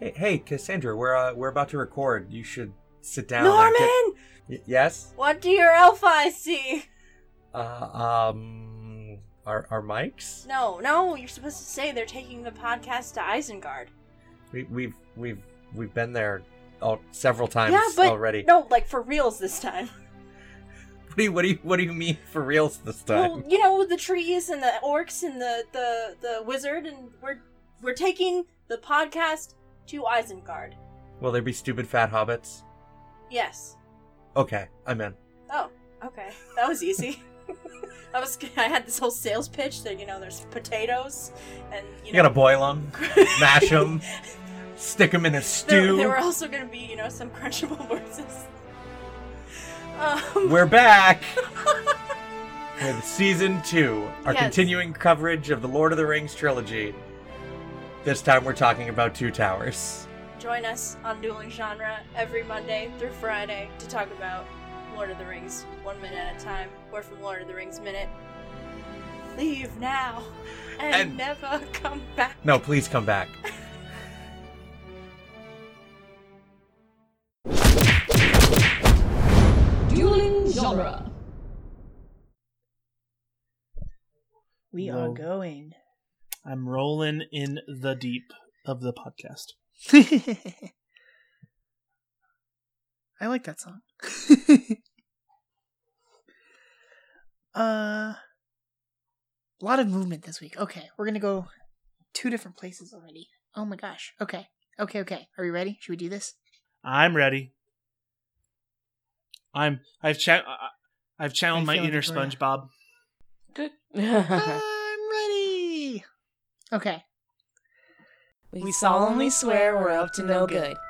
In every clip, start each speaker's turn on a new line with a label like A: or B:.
A: Hey, hey Cassandra, we're uh, we're about to record. You should sit down. I
B: Norman,
A: can't- Y- yes.
B: what do your elf eyes see?
A: Uh, um, our our mics.
B: No, no, you're supposed to say they're taking the podcast to Isengard.
A: We, we've we've we've been there all, several times
B: Yeah, but
A: already.
B: No, like for reals this time.
A: What do you what do you what do you mean for reals this time?
B: Well, you know the trees and the orcs and the the the wizard, and we're we're taking the podcast to Isengard.
A: Will there be stupid fat hobbits?
B: Yes.
A: Okay, I'm in.
B: Oh, okay, that was easy. I was I had this whole sales pitch that you know there's potatoes and
A: You
B: you, know
A: gotta boil them, mash them, stick them in a
B: There,
A: stew.
B: there were also going to be, you know, some crunchable voices. Um,
A: We're back with season two, our
B: Yes.
A: continuing coverage of the Lord of the Rings trilogy. This time we're talking about Two Towers.
B: join us on Dueling Genre every Monday through Friday to talk about Lord of the Rings one minute at a time. We're from Lord of the Rings Minute. Leave now and,
A: And-
B: never come back.
A: No, please come back.
C: Dueling genre.
D: We
E: No.
D: are going.
E: I'm rolling in the deep of the podcast.
D: I like that song. uh, a lot of movement this week. Okay, we're gonna go two different places already. Oh my gosh. Okay, okay, okay. Are we ready? Should we do this?
E: I'm ready. I'm. I've cha- I- I've channeled
D: I
E: my
D: feel
E: inner
D: like we're-
E: SpongeBob.
C: Good.
D: I'm ready. Okay.
C: we solemnly swear we're up to no good.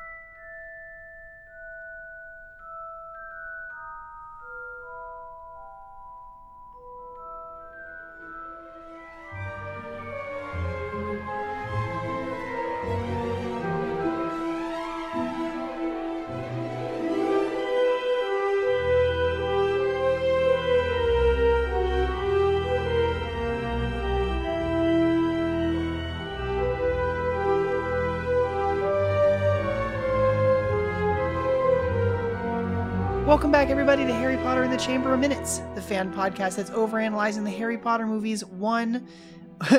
D: Welcome back, everybody, to Harry Potter in the Chamber of Minutes, the fan podcast that's overanalyzing the Harry Potter movies one,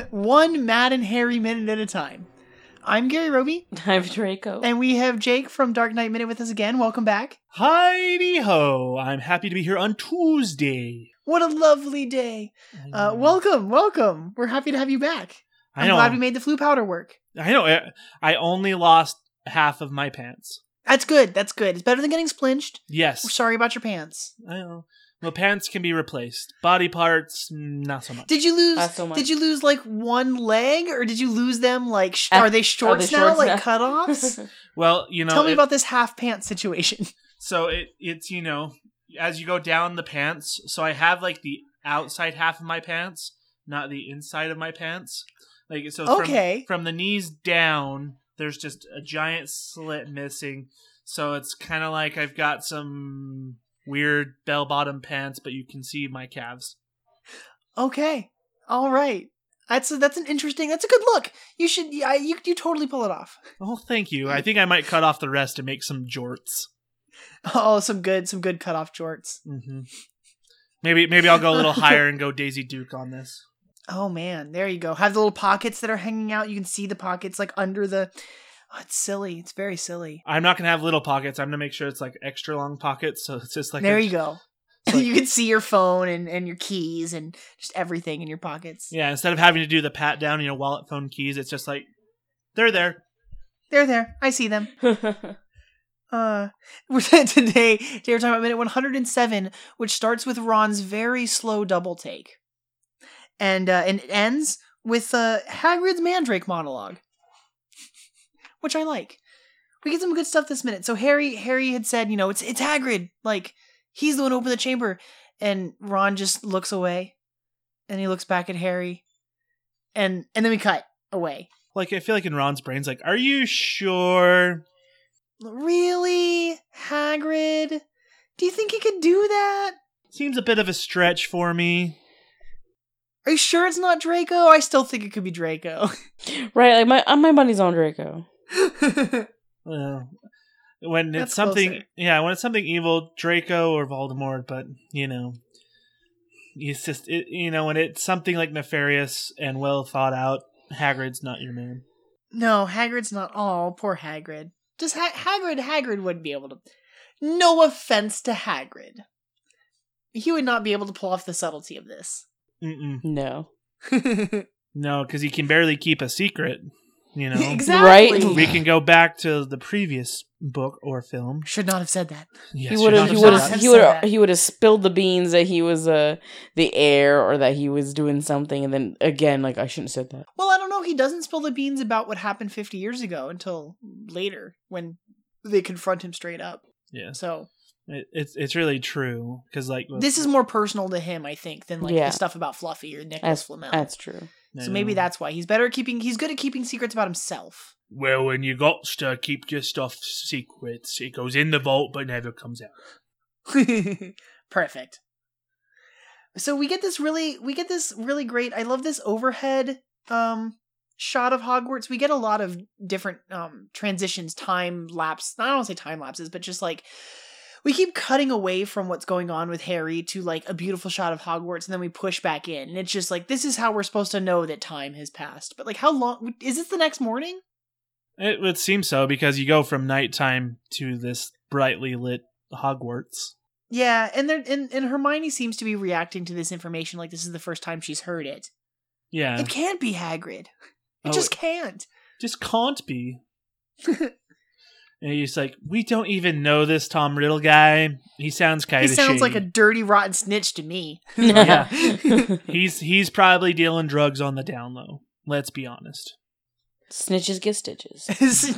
D: one Mad and Harry minute at a time. I'm Gary Roby,
C: I'm Draco.
D: and we have Jake from Dark Knight Minute with us again. Welcome back.
E: Heidi ho! I'm happy to be here on Tuesday.
D: What a lovely day. Uh, welcome, welcome. We're happy to have you back. I'm
E: I know.
D: glad we made the flu powder work.
E: I know. I- I only lost half of my pants.
D: That's good. That's good. It's better than getting splinched.
E: Yes.
D: We're sorry about your pants.
E: I know. Well, pants can be replaced. Body parts, mm, not so much.
D: Did you lose?
C: Not so much.
D: Did you lose like one leg, or did you lose them? Like, sh-
C: Ah,
D: are they shorts now?
C: shorts
D: like
C: now?
D: cutoffs?
E: well, you know.
D: Tell me
E: it-
D: about this half pants situation.
E: So it it's you know as you go down the pants. So I have like the outside half of my pants, not the inside of my pants. Like so from-
D: Okay.
E: from, the knees down, there's just a giant slit missing. So it's kind of like I've got some weird bell bottom pants, but you can see my calves.
D: Okay. All right. That's a, that's an interesting. That's a good look. You should. I, you you totally pull it off.
E: Oh, thank you. I think I might cut off the rest to make some jorts.
D: Oh, some good some good cutoff jorts.
E: hmm Maybe maybe I'll go a little higher and go Daisy Duke on this.
D: Oh man, there you go. Have the little pockets that are hanging out. You can see the pockets like under the. Oh, it's silly. It's very silly.
E: I'm not gonna have little pockets. I'm gonna make sure it's like extra long pockets, so it's just like
D: there
E: a-
D: you go.
E: it's like-
D: you can see your phone and and your keys and just everything in your pockets.
E: yeah. Instead of having to do the pat down, you know, wallet, phone, keys, it's just like they're there.
D: They're there. I see them. Uh, we're today. Today we're talking about minute 107, which starts with Ron's very slow double take, and uh, and it ends with uh, Hagrid's Mandrake monologue, which I like. We get some good stuff this minute. So Harry, Harry had said, you know, it's it's Hagrid, like he's the one who opened the chamber, and Ron just looks away, and he looks back at Harry, and and then we cut away.
E: Like I feel like in Ron's brain's like, are you sure?
D: Really, Hagrid? Do you think he could do that?
E: Seems a bit of a stretch for me.
D: Are Oh, you sure it's not Draco? I still think it could be Draco.
C: right, like my uh, my money's on Draco.
E: Uh, when
D: That's
E: it's something,
D: closer.
E: yeah, when it's something evil, Draco or Voldemort, but you know, it's just it, you know, when it's something like nefarious and well thought out, Hagrid's not your man.
D: no, Hagrid's not all. Poor Hagrid. Just ha- Hagrid, Hagrid wouldn't be able to. No offense to Hagrid. He would not be able to pull off the subtlety of this.
E: Mm-mm.
C: No.
E: No, because he can barely keep a secret. You know,
D: exactly.
C: Right?
E: we can go back to the previous book or film.
D: Should not have said that.
E: Yes,
C: He
E: you're
C: would
E: not
C: have. He
E: upset
C: would
E: about
C: have.
E: it.
C: He
D: said
C: would have.
D: that.
C: He would have spilled the beans that he was uh the heir or that he was doing something, and then again, like I shouldn't have said that.
D: Well, I don't know. He doesn't spill the beans about what happened 50 years ago until later when they confront him straight up.
E: Yes,
D: So
E: it, it's it's really true because like
D: this is more personal to him, I think, than like
C: Yeah.
D: the stuff about Fluffy or Nicholas
C: That's
D: Flamel.
C: that's true.
D: so maybe that's why he's better at keeping. He's good at keeping secrets about himself.
E: Well, when you got to keep your stuff secrets, it goes in the vault but never comes out.
D: Perfect. So we get this really, we get this really great. I love this overhead um shot of Hogwarts. We get a lot of different um transitions, time lapse. I don't want to say time lapses, but just like we keep cutting away from what's going on with Harry to like a beautiful shot of Hogwarts, and then we push back in, and it's just like this is how we're supposed to know that time has passed. But like, how long is this? The next morning?
E: It would seem so because you go from nighttime to this brightly lit Hogwarts.
D: Yeah, and there and, and Hermione seems to be reacting to this information like this is the first time she's heard it.
E: Yeah,
D: It can't be Hagrid. It
E: Oh,
D: just can't.
E: just can't be. And he's like, we don't even know this Tom Riddle guy. He sounds kind
D: he
E: of.
D: sounds like a dirty, rotten snitch to me.
E: Yeah.
C: Snitches
E: He's he's probably dealing drugs on the down low. Let's be honest.
C: get stitches.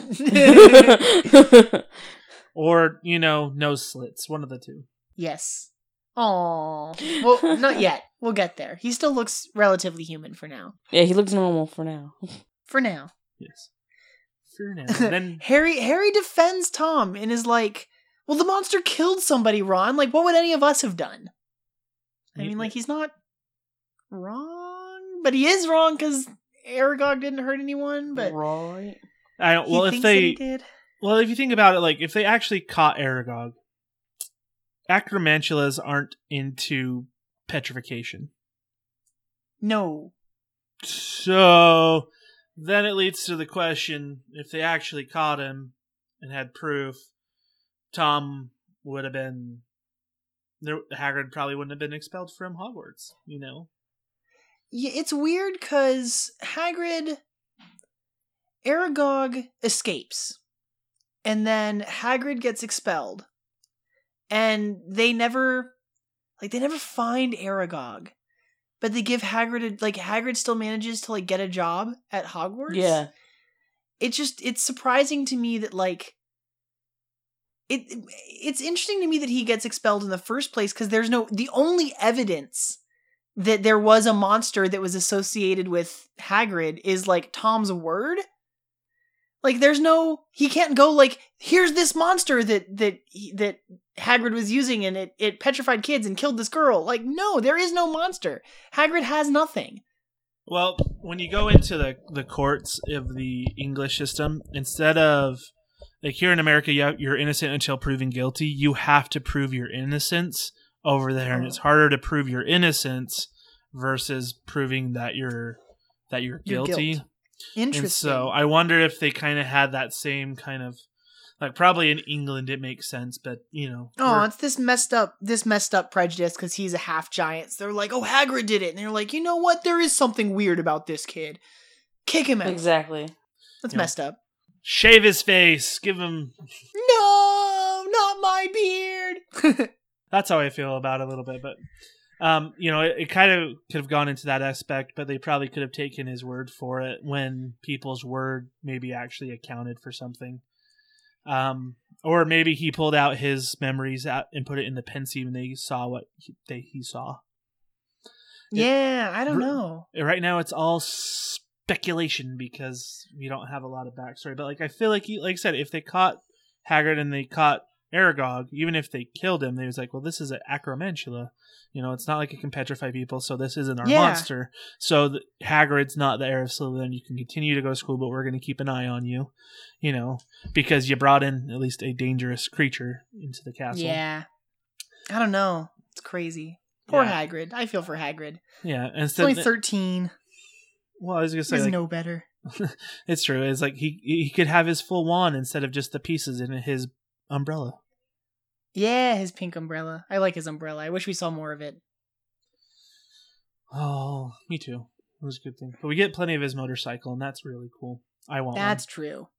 E: Or you know, nose slits. One of the two.
D: yes. Aww. Well, not yet. We'll get there. He still looks relatively human for now.
C: yeah, he looks normal for now.
D: For now.
E: Yes. Fair now. Then
D: Harry Harry defends Tom and is like, "Well, the monster killed somebody, Ron. Like, what would any of us have done?" I mean, like he's not wrong, but he is wrong because Aragog didn't hurt anyone. But
C: right.
E: I don't.
D: he
E: Well, if
D: thinks that
E: they
D: he did.
E: Well, if you think about it, like if they actually caught Aragog, acromantulas aren't into petrification.
D: No,
E: So then it leads to the question: if they actually caught him and had proof, Tom would have been. There, Hagrid probably wouldn't have been expelled from Hogwarts. You know,
D: Yeah, it's weird because Hagrid, Aragog escapes, and then Hagrid gets expelled, and they never, like, they never find Aragog, but they give Hagrid a, like Hagrid still manages to like get a job at Hogwarts.
C: Yeah.
D: it's just it's surprising to me that like. It it's interesting to me that he gets expelled in the first place because there's no the only evidence that there was a monster that was associated with Hagrid is like Tom's word. Like there's no he can't go like here's this monster that that he- that Hagrid was using and it it petrified kids and killed this girl. Like no, there is no monster. Hagrid has nothing.
E: Well, when you go into the the courts of the English system, instead of like here in America, you- you're innocent until proven guilty. You have to prove your innocence over there, and it's harder to prove your innocence versus proving that you're that you're
D: Your guilt.
E: guilty. And
D: Interesting.
E: so I wonder if they kind of had that same kind of like probably in England it makes sense, but you know,
D: Oh,
E: we're-
D: it's this messed up, this messed up prejudice because he's a half giant. So they're like, "Oh, Hagrid did it," and they're like, "You know what? There is something weird about this kid. Kick him out.
C: Exactly.
D: That's
E: Yeah.
D: messed up."
E: shave his face, give him.
D: No, not my beard.
E: that's how I feel about it a little bit. But um, you know, it, it kind of could have gone into that aspect, but they probably could have taken his word for it when people's word maybe actually accounted for something. Um, or maybe he pulled out his memories out and put it in the pensieve, and they saw what he, they, he saw.
D: yeah, I don't
E: Br-
D: know.
E: Right now, it's all speculation because we don't have a lot of backstory. But like, I feel like, he, like I said, if they caught Haggard and they caught Aragog, even if they killed him, they was like, well, this is an acromantula. You know, it's not like it can petrify people, so this isn't our
D: Yeah.
E: monster. So the, Hagrid's not the heir of Slytherin. You can continue to go to school, but we're going to keep an eye on you, you know, because you brought in at least a dangerous creature into the castle.
D: Yeah. I don't know. It's crazy. Poor
E: Yeah.
D: Hagrid. I feel for Hagrid.
E: Yeah. And
D: He's only
E: instead,
D: 13.
E: well, I was going to
D: He
E: say, like,
D: no better.
E: it's true. It's like he he could have his full wand instead of just the pieces in his umbrella.
D: Yeah, his pink umbrella. I like his umbrella. I wish we saw more of it.
E: Oh, me too. It was a good thing. But we get plenty of his motorcycle, and that's really cool. I want one.
D: That's true.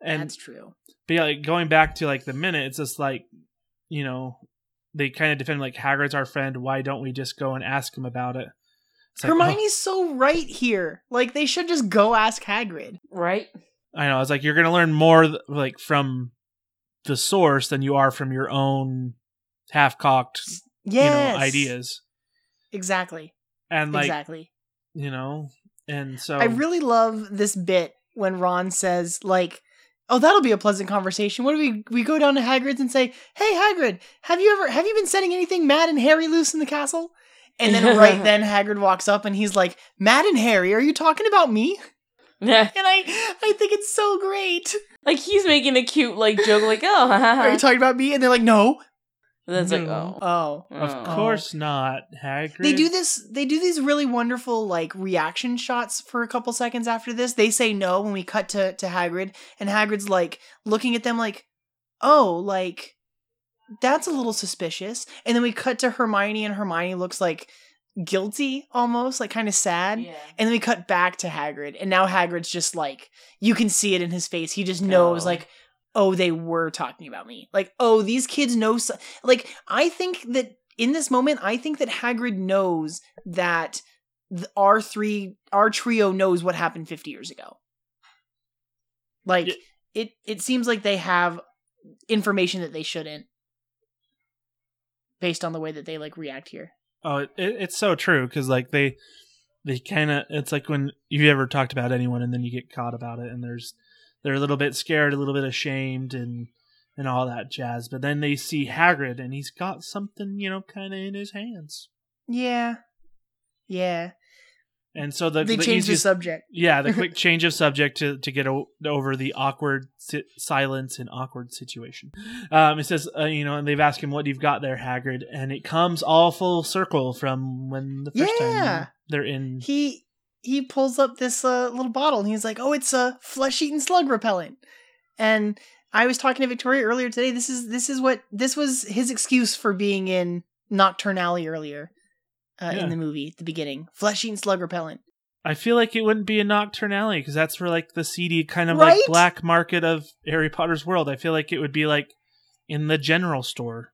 E: and
D: That's true.
E: but yeah, like going back to like the minute, it's just like you know they kind of defend like Hagrid's our friend. Why don't we just go and ask him about it? It's like, oh.
D: Hermione's so right here. Like they should just go ask Hagrid.
C: Right?
E: "Oh, I know. I was like, you're gonna learn more th- like from the source than you are from your own half cocked
D: Yes.
E: you know ideas.
D: Exactly.
E: And like um,
D: exactly.
E: you know, and so
D: I really love this bit when Ron says, like, oh, that'll be a pleasant conversation. What do we we go down to Hagrid's and say, Hey Hagrid, have you ever have you been setting anything mad and Harry loose in the castle? And then right then Hagrid walks up and he's like, Mad and Harry, are you talking about me?
C: Yeah.
D: And I I think it's so great.
C: Like he's making a cute like joke, like oh, ha, ha, ha.
D: Are you talking about me? And they're like, No.
C: and that's like
E: No.
C: oh,
D: Oh.
E: Of
C: Oh.
E: course not, Hagrid.
D: They do this they do these really wonderful like reaction shots for a couple seconds after this. They say no when we cut to to Hagrid and Hagrid's like looking at them like, "Oh, like that's a little suspicious." And then we cut to Hermione and Hermione looks like guilty almost, like kind of sad.
C: Yeah.
D: And then we cut back to Hagrid and now Hagrid's just like you can see it in his face. He just knows
C: Oh.
D: like oh, they were talking about me. Like, oh, these kids know. So- like, I think that in this moment, I think that Hagrid knows that th- our three, our trio knows what happened 50 years ago. Like,
E: Yeah.
D: it, it seems like they have information that they shouldn't based on the way that they like react here.
E: Oh, it, it, it's so true because like they, they kind of. It's like when you ever talked about anyone and then you get caught about it, and there's they're a little bit scared, a little bit ashamed, and and all that jazz. But then they see Hagrid, and he's got something you know kind of in his hands,
D: Yeah. Yeah.
E: and so the
D: they
E: the
D: changed the
E: easiest-
D: subject.
E: Yeah, the quick change of subject to, to get o- over the awkward si- silence and awkward situation. Um, it says, uh, you know, and they've asked him, "What you've got there, Hagrid?" And it comes all full circle from when the first
D: Yeah.
E: time they're in.
D: Mm-hmm. he he pulls up this uh, little bottle and he's like, "Oh, it's a flesh-eating slug repellent." And I was talking to Victoria earlier today. This is this is what this was his excuse for being in Nocturne Alley earlier uh,
E: Yeah.
D: in the movie at the beginning. Flesh-eating slug repellent.
E: I feel like it wouldn't be a nocturnality because that's where like the seedy kind of
D: Right?
E: like black market of Harry Potter's world. I feel like it would be like in the general store,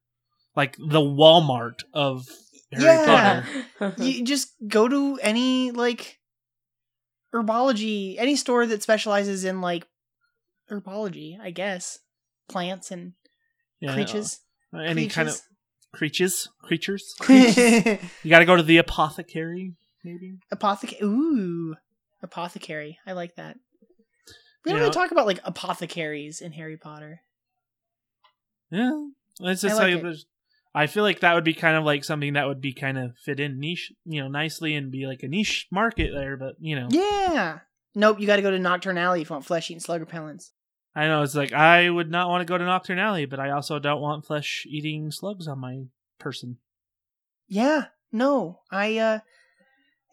E: like the Walmart of Harry
D: Yeah.
E: Potter.
D: you just go to any like herbology, any store that specializes in like herbology, I guess, plants and
E: Yeah,
D: creatures.
E: any kind of creatures, creatures.
D: creatures.
E: You got to go to the apothecary, maybe.
D: Apothecary. Ooh, apothecary. I like that. We don't
E: You
D: really
E: know-
D: talk about like apothecaries in Harry Potter.
E: Yeah, that's just
D: I like
E: how you-
D: it.
E: there's- I feel like that would be kind of like something that would be kind of fit in niche, you know, nicely and be like a niche market there. But you know,
D: Yeah. Nope. You got to go to Nocturne Alley if you want flesh eating slug repellents.
E: I know it's like I would not want to go to Nocturne Alley, but I also don't want flesh eating slugs on my person.
D: Yeah. No. I uh,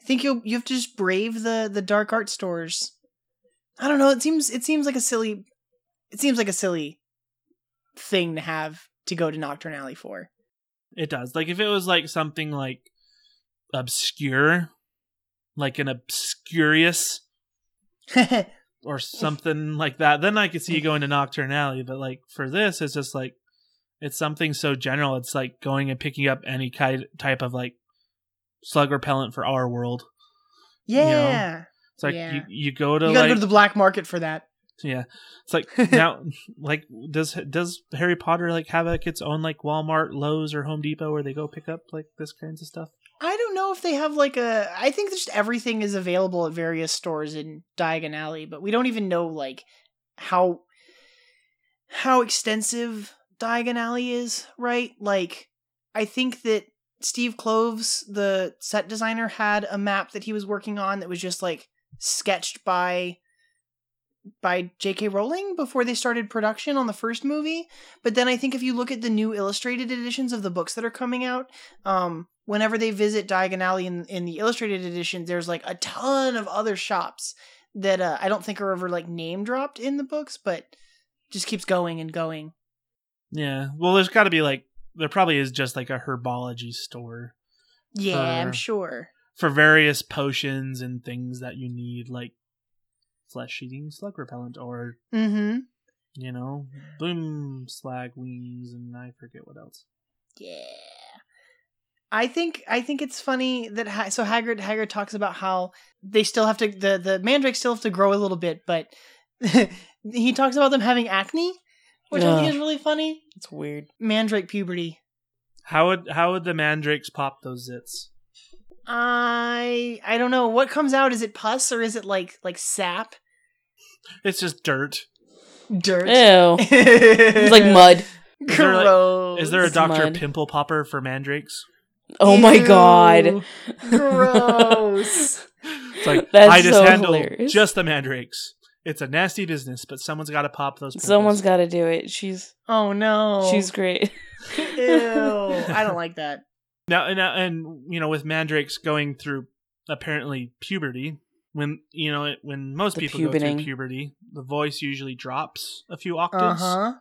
D: I think you will you have to just brave the the dark art stores. I don't know. It seems it seems like a silly, it seems like a silly thing to have to go to Nocturne Alley for.
E: It does. Like if it was like something like obscure, like an obscurious or something like that, then I could see you going to Nocturne Alley. But like for this, it's just like it's something so general. It's like going and picking up any kind type of like slug repellent for our world.
D: yeah.
E: It's like
D: Yeah.
E: you, you go to
D: You, gotta
E: like
D: go to the black market for that.
E: yeah. It's like now like does does Harry Potter like have like its own like Walmart, Lowe's, or Home Depot where they go pick up like this kinds of stuff?
D: I don't know if they have like a. I think just everything is available at various stores in Diagon Alley, but we don't even know like how how extensive Diagon Alley is, right? Like, I think that Steve Cloves, the set designer, had a map that he was working on that was just like sketched by by J.K. Rowling before they started production on the first movie. But then I think if you look at the new illustrated editions of the books that are coming out, um, whenever they visit Diagon Alley in, in the illustrated edition, there's like a ton of other shops that uh, I don't think are ever like name dropped in the books, but just keeps going and going.
E: Yeah. Well, there's got to be like there probably is just like a herbology store
D: Yeah, I'm
E: For-
D: sure.
E: for various potions and things that you need, like flesh-eating slug repellent or
D: Mm-hmm.
E: you know boom slag wings and I forget what else.
D: Yeah. I think I think it's funny that ha- so Hagrid Hagrid talks about how they still have to the the mandrakes still have to grow a little bit, but he talks about them having acne, which I think
C: Ugh.
D: is really funny.
C: It's weird.
D: Mandrake puberty.
E: How would how would the mandrakes pop those zits?
D: I I don't know what comes out. Is it pus or is it like like sap,
E: It's just dirt.
D: dirt?
C: Ew. It's
D: it's
C: like
E: Is there,
C: mud.
E: like-
D: Gross.
E: Is there a
C: It's
E: Doctor
C: mud.
E: Pimple Popper for mandrakes?
C: Oh my
D: Ew.
C: god.
D: Gross.
E: It's like
C: That's
E: I just
C: so
E: handle
C: hilarious.
E: just the mandrakes. It's a nasty business, but someone's got to pop those. Pimples.
C: Someone's got to do it. She's
D: Oh no.
C: she's great.
D: Ew. I don't like that.
E: now and now- and you know with mandrakes going through apparently puberty when you know it, when most
C: The
E: people go
C: puberting.
E: through puberty the voice usually drops a few
D: Uh
E: octaves.
D: huh.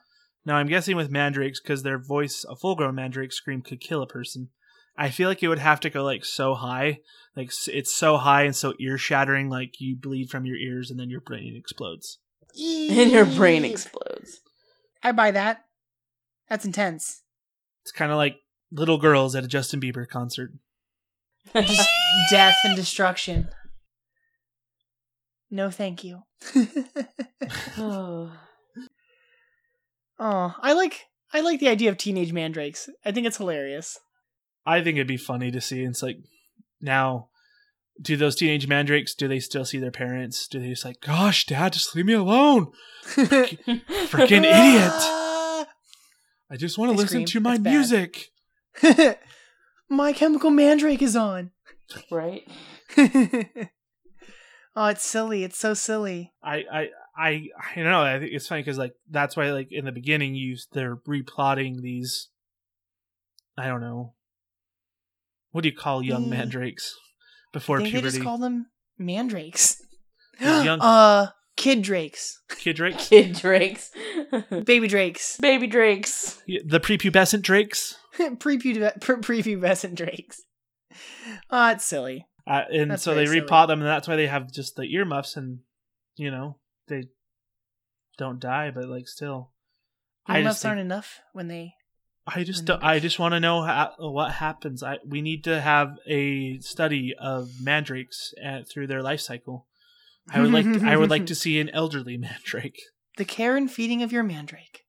E: Now I'm guessing with mandrakes because their voice a full grown mandrake scream could kill a person. I feel like it would have to go like so high, like s- it's so high and so ear shattering, like you bleed from your ears and then your brain explodes.
C: and your brain explodes.
D: I buy that. That's intense.
E: It's kind of like little girls at a Justin Bieber concert.
D: Just death and destruction. No, thank you.
C: oh.
D: oh, I like I like the idea of teenage mandrakes. I think it's hilarious.
E: I think it'd be funny to see. It's like now, do those teenage mandrakes? Do they still see their parents? Do they just like, gosh, dad, just leave me alone, freaking idiot! I just want
D: They
E: to listen
D: scream.
E: to my
D: It's bad.
E: music.
D: idiot. My chemical mandrake is on.
C: Right?
D: oh, it's silly. It's so silly.
E: I I I I don't know. I think it's funny because like that's why like in the beginning you they're replotting these. I don't know. What do you call young
D: Mm.
E: mandrakes
D: I
E: before
D: think they
E: puberty?
D: just call them mandrakes.
E: These young-
D: Uh, kid drakes,
E: Kid drakes,
C: Kid drakes.
D: baby drakes,
C: Baby drakes.
E: Yeah, the prepubescent drakes,
D: Prepude- pre- prepubescent drakes. Oh, it's silly.
E: uh, and
D: That's
E: so they
D: very silly.
E: replot them, and that's why they have just the earmuffs, and you know they don't die, but like still, I just
D: Earmuffs
E: think-
D: aren't enough when they.
E: I just
D: When
E: don't,
D: they-
E: I just want to know how, what happens. I we need to have a study of mandrakes at, through their life cycle. I would like to, I would like to see an elderly mandrake.
D: The care and feeding of your mandrake.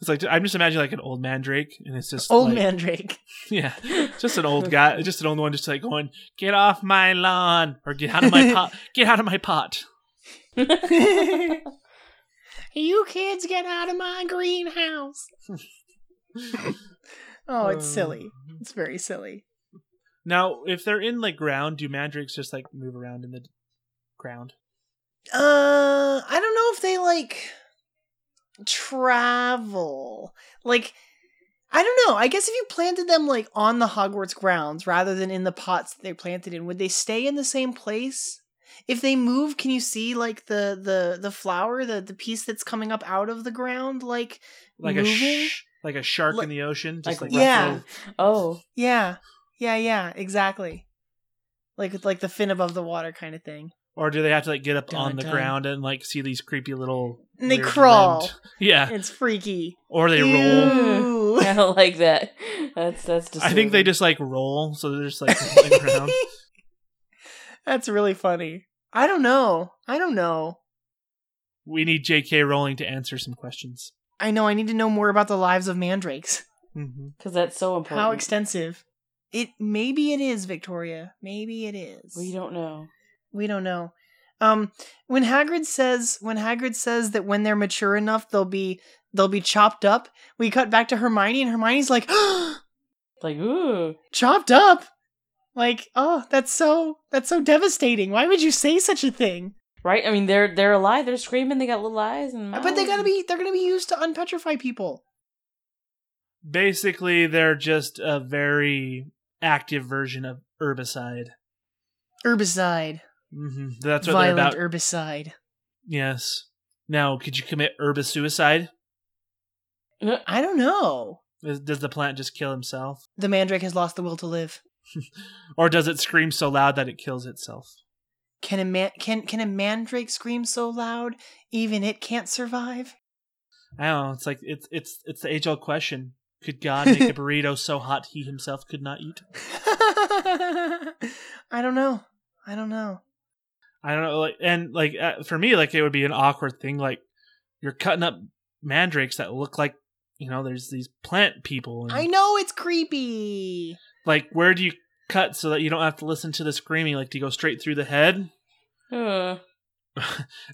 E: It's like I'm just imagining like an old mandrake, and it's just
D: Old
E: like-
D: mandrake.
E: yeah, just an old guy, just an old one, just like going, "Get off my lawn," or "Get out of my pot, get out of my pot."
D: you kids get out of my greenhouse. oh, it's silly.
E: Um,
D: It's very silly.
E: Now, if they're in like ground, do mandrakes just like move around in the d- ground?
D: Uh, I don't know if they like travel. Like, I don't know. I guess if you planted them like on the Hogwarts grounds rather than in the pots that they planted in, would they stay in the same place? If they move, can you see like the the the flower, the the piece that's coming up out of the ground? Like,
E: Like a
D: Moving?
E: sh- like a shark
D: Like-
E: in the ocean, just like,
C: Like,
D: yeah.
E: ruffling.
C: oh.
D: yeah, yeah, yeah, exactly. Like with like the fin above the water kind of thing.
E: Or do they have to like get up
D: Dun,
E: on the
D: dun.
E: ground and like see these creepy little
D: And they
E: weird
D: crawl.
E: limbed- Yeah.
D: It's freaky.
E: Or they roll.
D: Ew.
C: I don't like that. That's that's
E: I think they
C: disturbing.
E: just like roll, so they're just like rolling around.
D: That's really funny. I don't know. I don't know.
E: We need J.K. Rowling to answer some questions.
D: I know. I need to know more about the lives of mandrakes.
E: hmm
C: Because that's so important.
D: How extensive? It maybe it is Victoria. Maybe it is.
C: we don't know.
D: We don't know. Um, when Hagrid says when Hagrid says that when they're mature enough they'll be they'll be chopped up, we cut back to Hermione and Hermione's like,
C: Like, ooh.
D: chopped up. Like, oh, that's so that's so devastating. Why would you say such a thing?
C: Right? I mean they're they're alive, they're screaming, they got little eyes and
D: But they
C: mouths.
D: gotta be they're gonna be used to unpetrify people.
E: Basically, they're just a very active version of herbicide.
D: Herbicide.
E: hmm That's what
D: Violent
E: they're about.
D: herbicide.
E: yes. Now, could you commit herbicide?
D: I don't know.
E: Is- Does the plant just kill himself,
D: The mandrake has lost the will to live.
E: or does it scream so loud that it kills itself?
D: Can a man can can a mandrake scream so loud even it can't survive?
E: I don't know. It's like it's it's it's the age old question. Could God make a burrito so hot he himself could not eat?
D: I don't know. I don't know.
E: I don't know. Like, and like uh, for me, like it would be an awkward thing. Like you're cutting up mandrakes that look like you know there's these plant people. And,
D: I know it's creepy.
E: Like where do you cut so that you don't have to listen to the screaming? Like do you go straight through the head?
C: Ugh.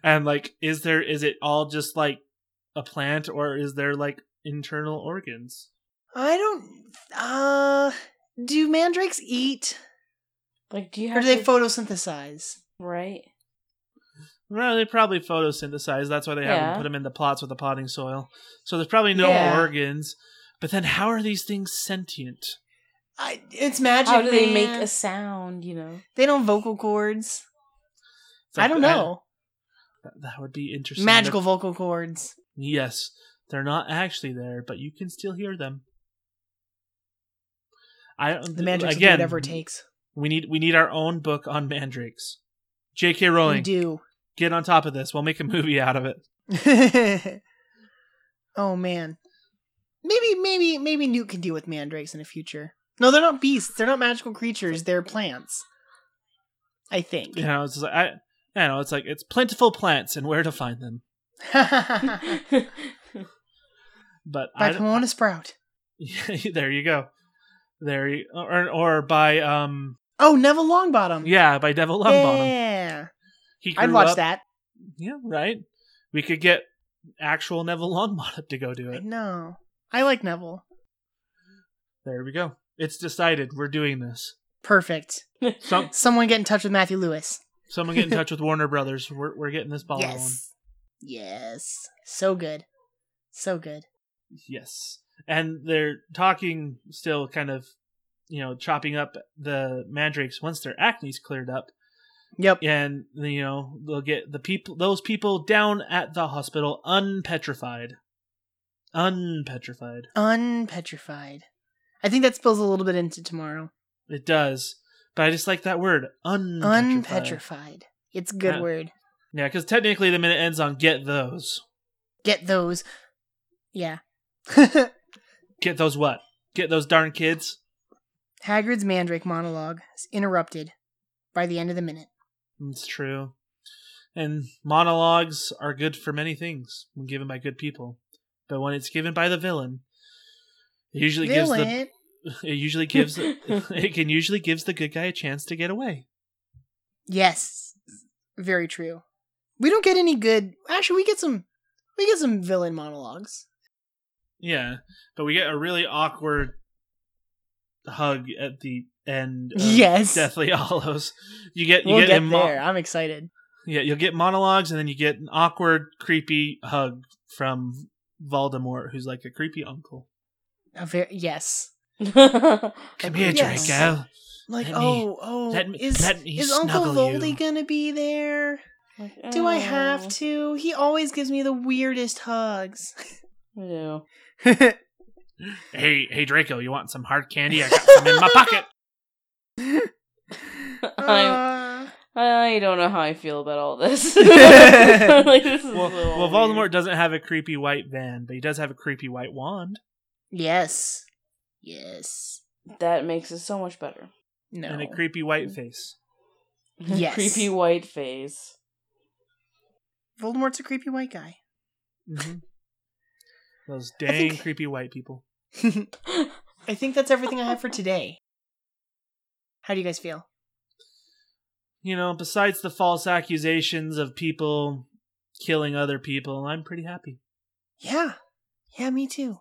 E: And like is there is it all just like a plant or is there like internal organs?
D: I don't. Uh, do mandrakes eat
C: Like do you have
D: or do they
C: to-
D: photosynthesize?
C: right?
E: Well, they probably photosynthesize. That's why they
C: Yeah.
E: haven't put them in the plots with the potting soil. So there's probably no
D: Yeah.
E: organs. But then, how are these things sentient?
D: I, it's magic.
C: How do they make
D: man.
C: a sound, you know?
D: They don't vocal cords.
E: It's like,
D: I don't know.
E: That, that would be interesting.
D: Magical vocal cords.
E: Yes, they're not actually there, but you can still hear them. I don't.
D: The mandrakes will do
E: again.
D: whatever it takes.
E: We need we need our own book on mandrakes. J.K.
D: We
E: Rowling,
D: do.
E: get on top of this. We'll make a movie out of it.
D: oh man. Maybe maybe maybe Newt can deal with mandrakes in the future. No, they're not beasts. They're not magical creatures. They're plants. I think.
E: You know, it's just like, I, I know it's like it's plentiful plants and where to find them.
D: By
E: But I,
D: Pomona Sprout.
E: there you go. There you or or by um
D: Oh, Neville Longbottom.
E: yeah by Devil Lumbottom.
D: Yeah.
E: He
D: I'd
E: grew
D: watch
E: up-
D: that.
E: Yeah, right. We could get actual Neville Longbottom to go do it.
D: No. I like Neville.
E: There we go. It's decided. We're doing this.
D: Perfect.
E: Some,
D: Someone get in touch with Matthew Lewis.
E: someone get in touch with Warner Brothers. We're, we're getting this ball rolling.
D: yes. Yes. So good. So good.
E: Yes. And they're talking still, kind of, you know, chopping up the mandrakes once their acne's cleared up.
D: Yep.
E: And, you know, they'll get the people, those people down at the hospital unpetrified. Unpetrified.
D: Unpetrified. I think that spills a little bit into tomorrow.
E: It does. But I just like that word, unpetrified.
D: Unpetrified. It's a good
E: Yeah.
D: word.
E: Yeah, because technically the minute ends on get those.
D: Get those. Yeah.
E: Get those what? Get those darn kids?
D: Hagrid's Mandrake monologue is interrupted by the end of the minute.
E: It's true. And monologues are good for many things when given by good people. But when it's given by the villain, it usually
D: Villain.
E: gives the it usually gives it can usually gives the good guy a chance to get away.
D: Yes. Very true. We don't get any good actually we get some we get some villain monologues.
E: Yeah. But we get a really awkward hug at the end of
D: yes.
E: Deathly Hollows. You get you
D: we'll
E: get,
D: get
E: a mo-
D: there. I'm excited.
E: Yeah, you'll get monologues and then you get an awkward, creepy hug from Voldemort, who's like a creepy uncle.
D: A ver- yes.
E: Come
D: Like,
E: here,
D: yes.
E: Draco.
D: Like,
E: Let me-
D: oh, oh,
E: let me-
D: is,
E: let me
D: is Uncle
E: snuggle you.
D: Voldy gonna be there? Do I have to? He always gives me the weirdest hugs.
C: "Oh, No.
E: Hey, hey, Draco, you want some hard candy? I got some in my pocket.
C: I'm-
D: Uh,
C: I don't know how I feel about all this. this is
E: Well,
C: a little
E: well, Voldemort
C: weird.
E: doesn't have a creepy white van, but he does have a creepy white wand
D: yes. Yes.
C: That makes it so much better.
D: No.
E: and a creepy white face.
D: Yes.
C: Creepy white face.
D: Voldemort's a creepy white guy.
E: Mm-hmm. Those
D: I
E: dang
D: think-
E: creepy white people.
D: I think that's everything I have for today. How do you guys feel?
E: you know, besides the false accusations of people killing other people, I'm pretty happy.
D: Yeah. Yeah, me too.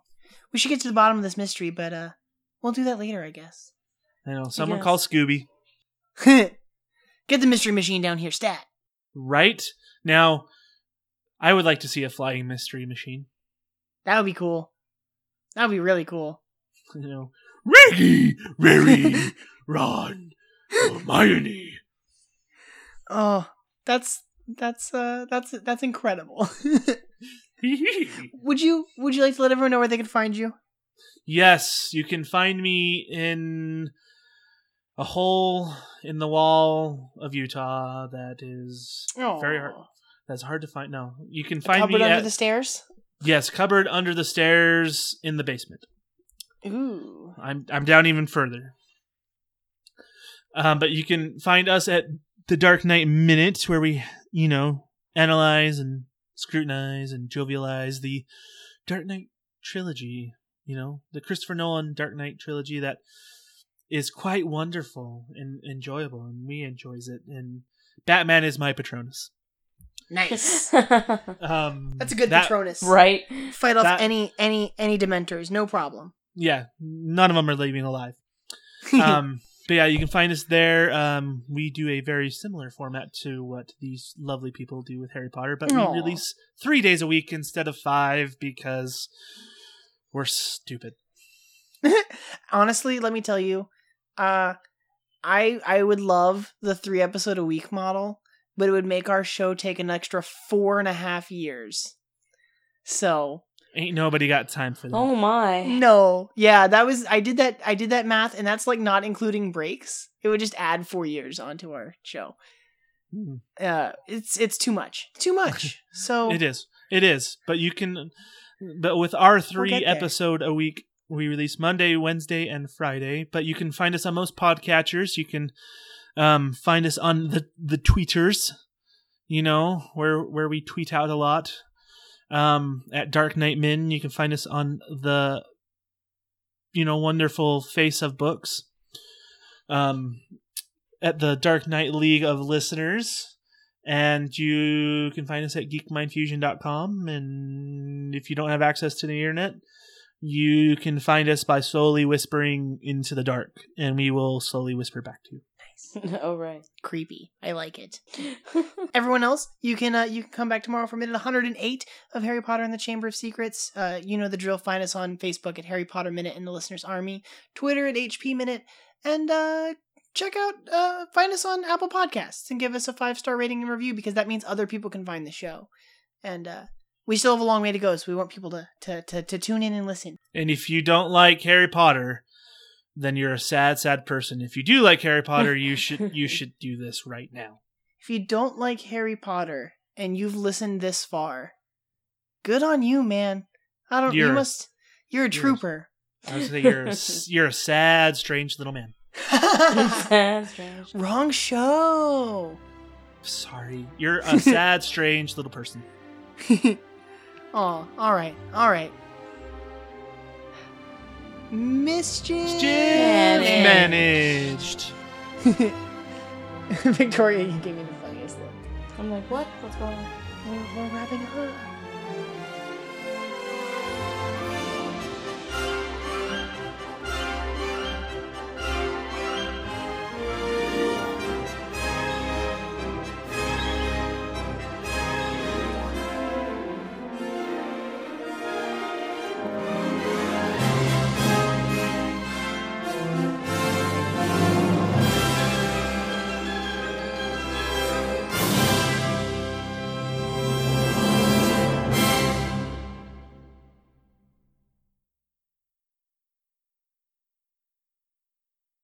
D: We should get to the bottom of this mystery, but uh we'll do that later, I guess.
E: I know someone
C: guess.
E: call Scooby.
D: get the mystery machine down here, stat.
E: Right now, I would like to see a flying mystery machine.
D: That would be cool. That would be really cool.
E: You know, Reggie, Rary, Ron, Hermione.
D: Oh, that's that's uh that's that's incredible. would you would you like to let everyone know where they can find you?
E: Yes, you can find me in a hole in the wall of Utah that is very hard. That's hard to find. No, you can find
D: Cupboard
E: me
D: under
E: at
D: the stairs.
E: yes, cupboard under the stairs in the basement.
D: Ooh.
E: I'm I'm down even further. Um, but you can find us at the Dark Knight Minute, where we you know analyze and scrutinize and jovialize the Dark Knight trilogy. You know the Christopher Nolan Dark Knight trilogy that is quite wonderful and enjoyable, and we enjoys it. And Batman is my Patronus.
D: Nice.
E: Um,
D: that's a good
E: that-
D: Patronus.
C: right?
D: Fight off
E: That-
D: any any any dementors, no problem.
E: Yeah, none of them are leaving alive. um, but yeah, you can find us there. Um, we do a very similar format to what these lovely people do with Harry Potter, but
D: Aw.
E: we release three days a week instead of five because we're stupid.
D: honestly let me tell you uh i i would love the three episode a week model but it would make our show take an extra four and a half years so
E: Ain't nobody got time for that.
C: Oh
E: Eh.
C: my.
D: no yeah that was i did that i did that math and that's like not including breaks it would just add four years onto our show
E: Hmm.
D: uh it's it's too much too much so
E: It is, it is. But you can, but with our
D: get
E: three
D: there.
E: episode a week, we release Monday, Wednesday, and Friday. But you can find us on most podcatchers. You can um, find us on the the tweeters. You know where where we tweet out a lot. Um, at Dark Knight Min, you can find us on the, you know, wonderful face of books. Um, at the Dark Knight League of Listeners. And you can find us at geekmindfusion.com. And if you don't have access to the internet, you can find us by slowly whispering into the dark, and we will slowly whisper back to you.
C: oh right.
D: creepy i like it everyone else you can uh, you can come back tomorrow for minute 108 of harry potter and the chamber of secrets uh, you know the drill find us on facebook at harry potter minute and the listeners army twitter at hp minute and uh, check out uh, find us on apple podcasts and give us a five star rating and review because that means other people can find the show and uh, we still have a long way to go so we want people to to to, to tune in and listen
E: And if you don't like Harry Potter, then you're a sad, sad person. If you do like Harry Potter, you should you should do this right now.
D: if you don't like harry potter and you've listened this far good on you man i don't you
E: You're-
D: must you're a
E: you're-
D: trooper
E: I was gonna say you're a s- you're a sad, strange little man.
C: That's strange.
D: Wrong show.
E: Sorry, you're a sad, strange little person.
D: oh, all right, all right. Mischief.
E: Just managed.
D: Victoria, you gave me the funniest look.
C: I'm like, what? What's going on?
D: We're, we're wrapping up.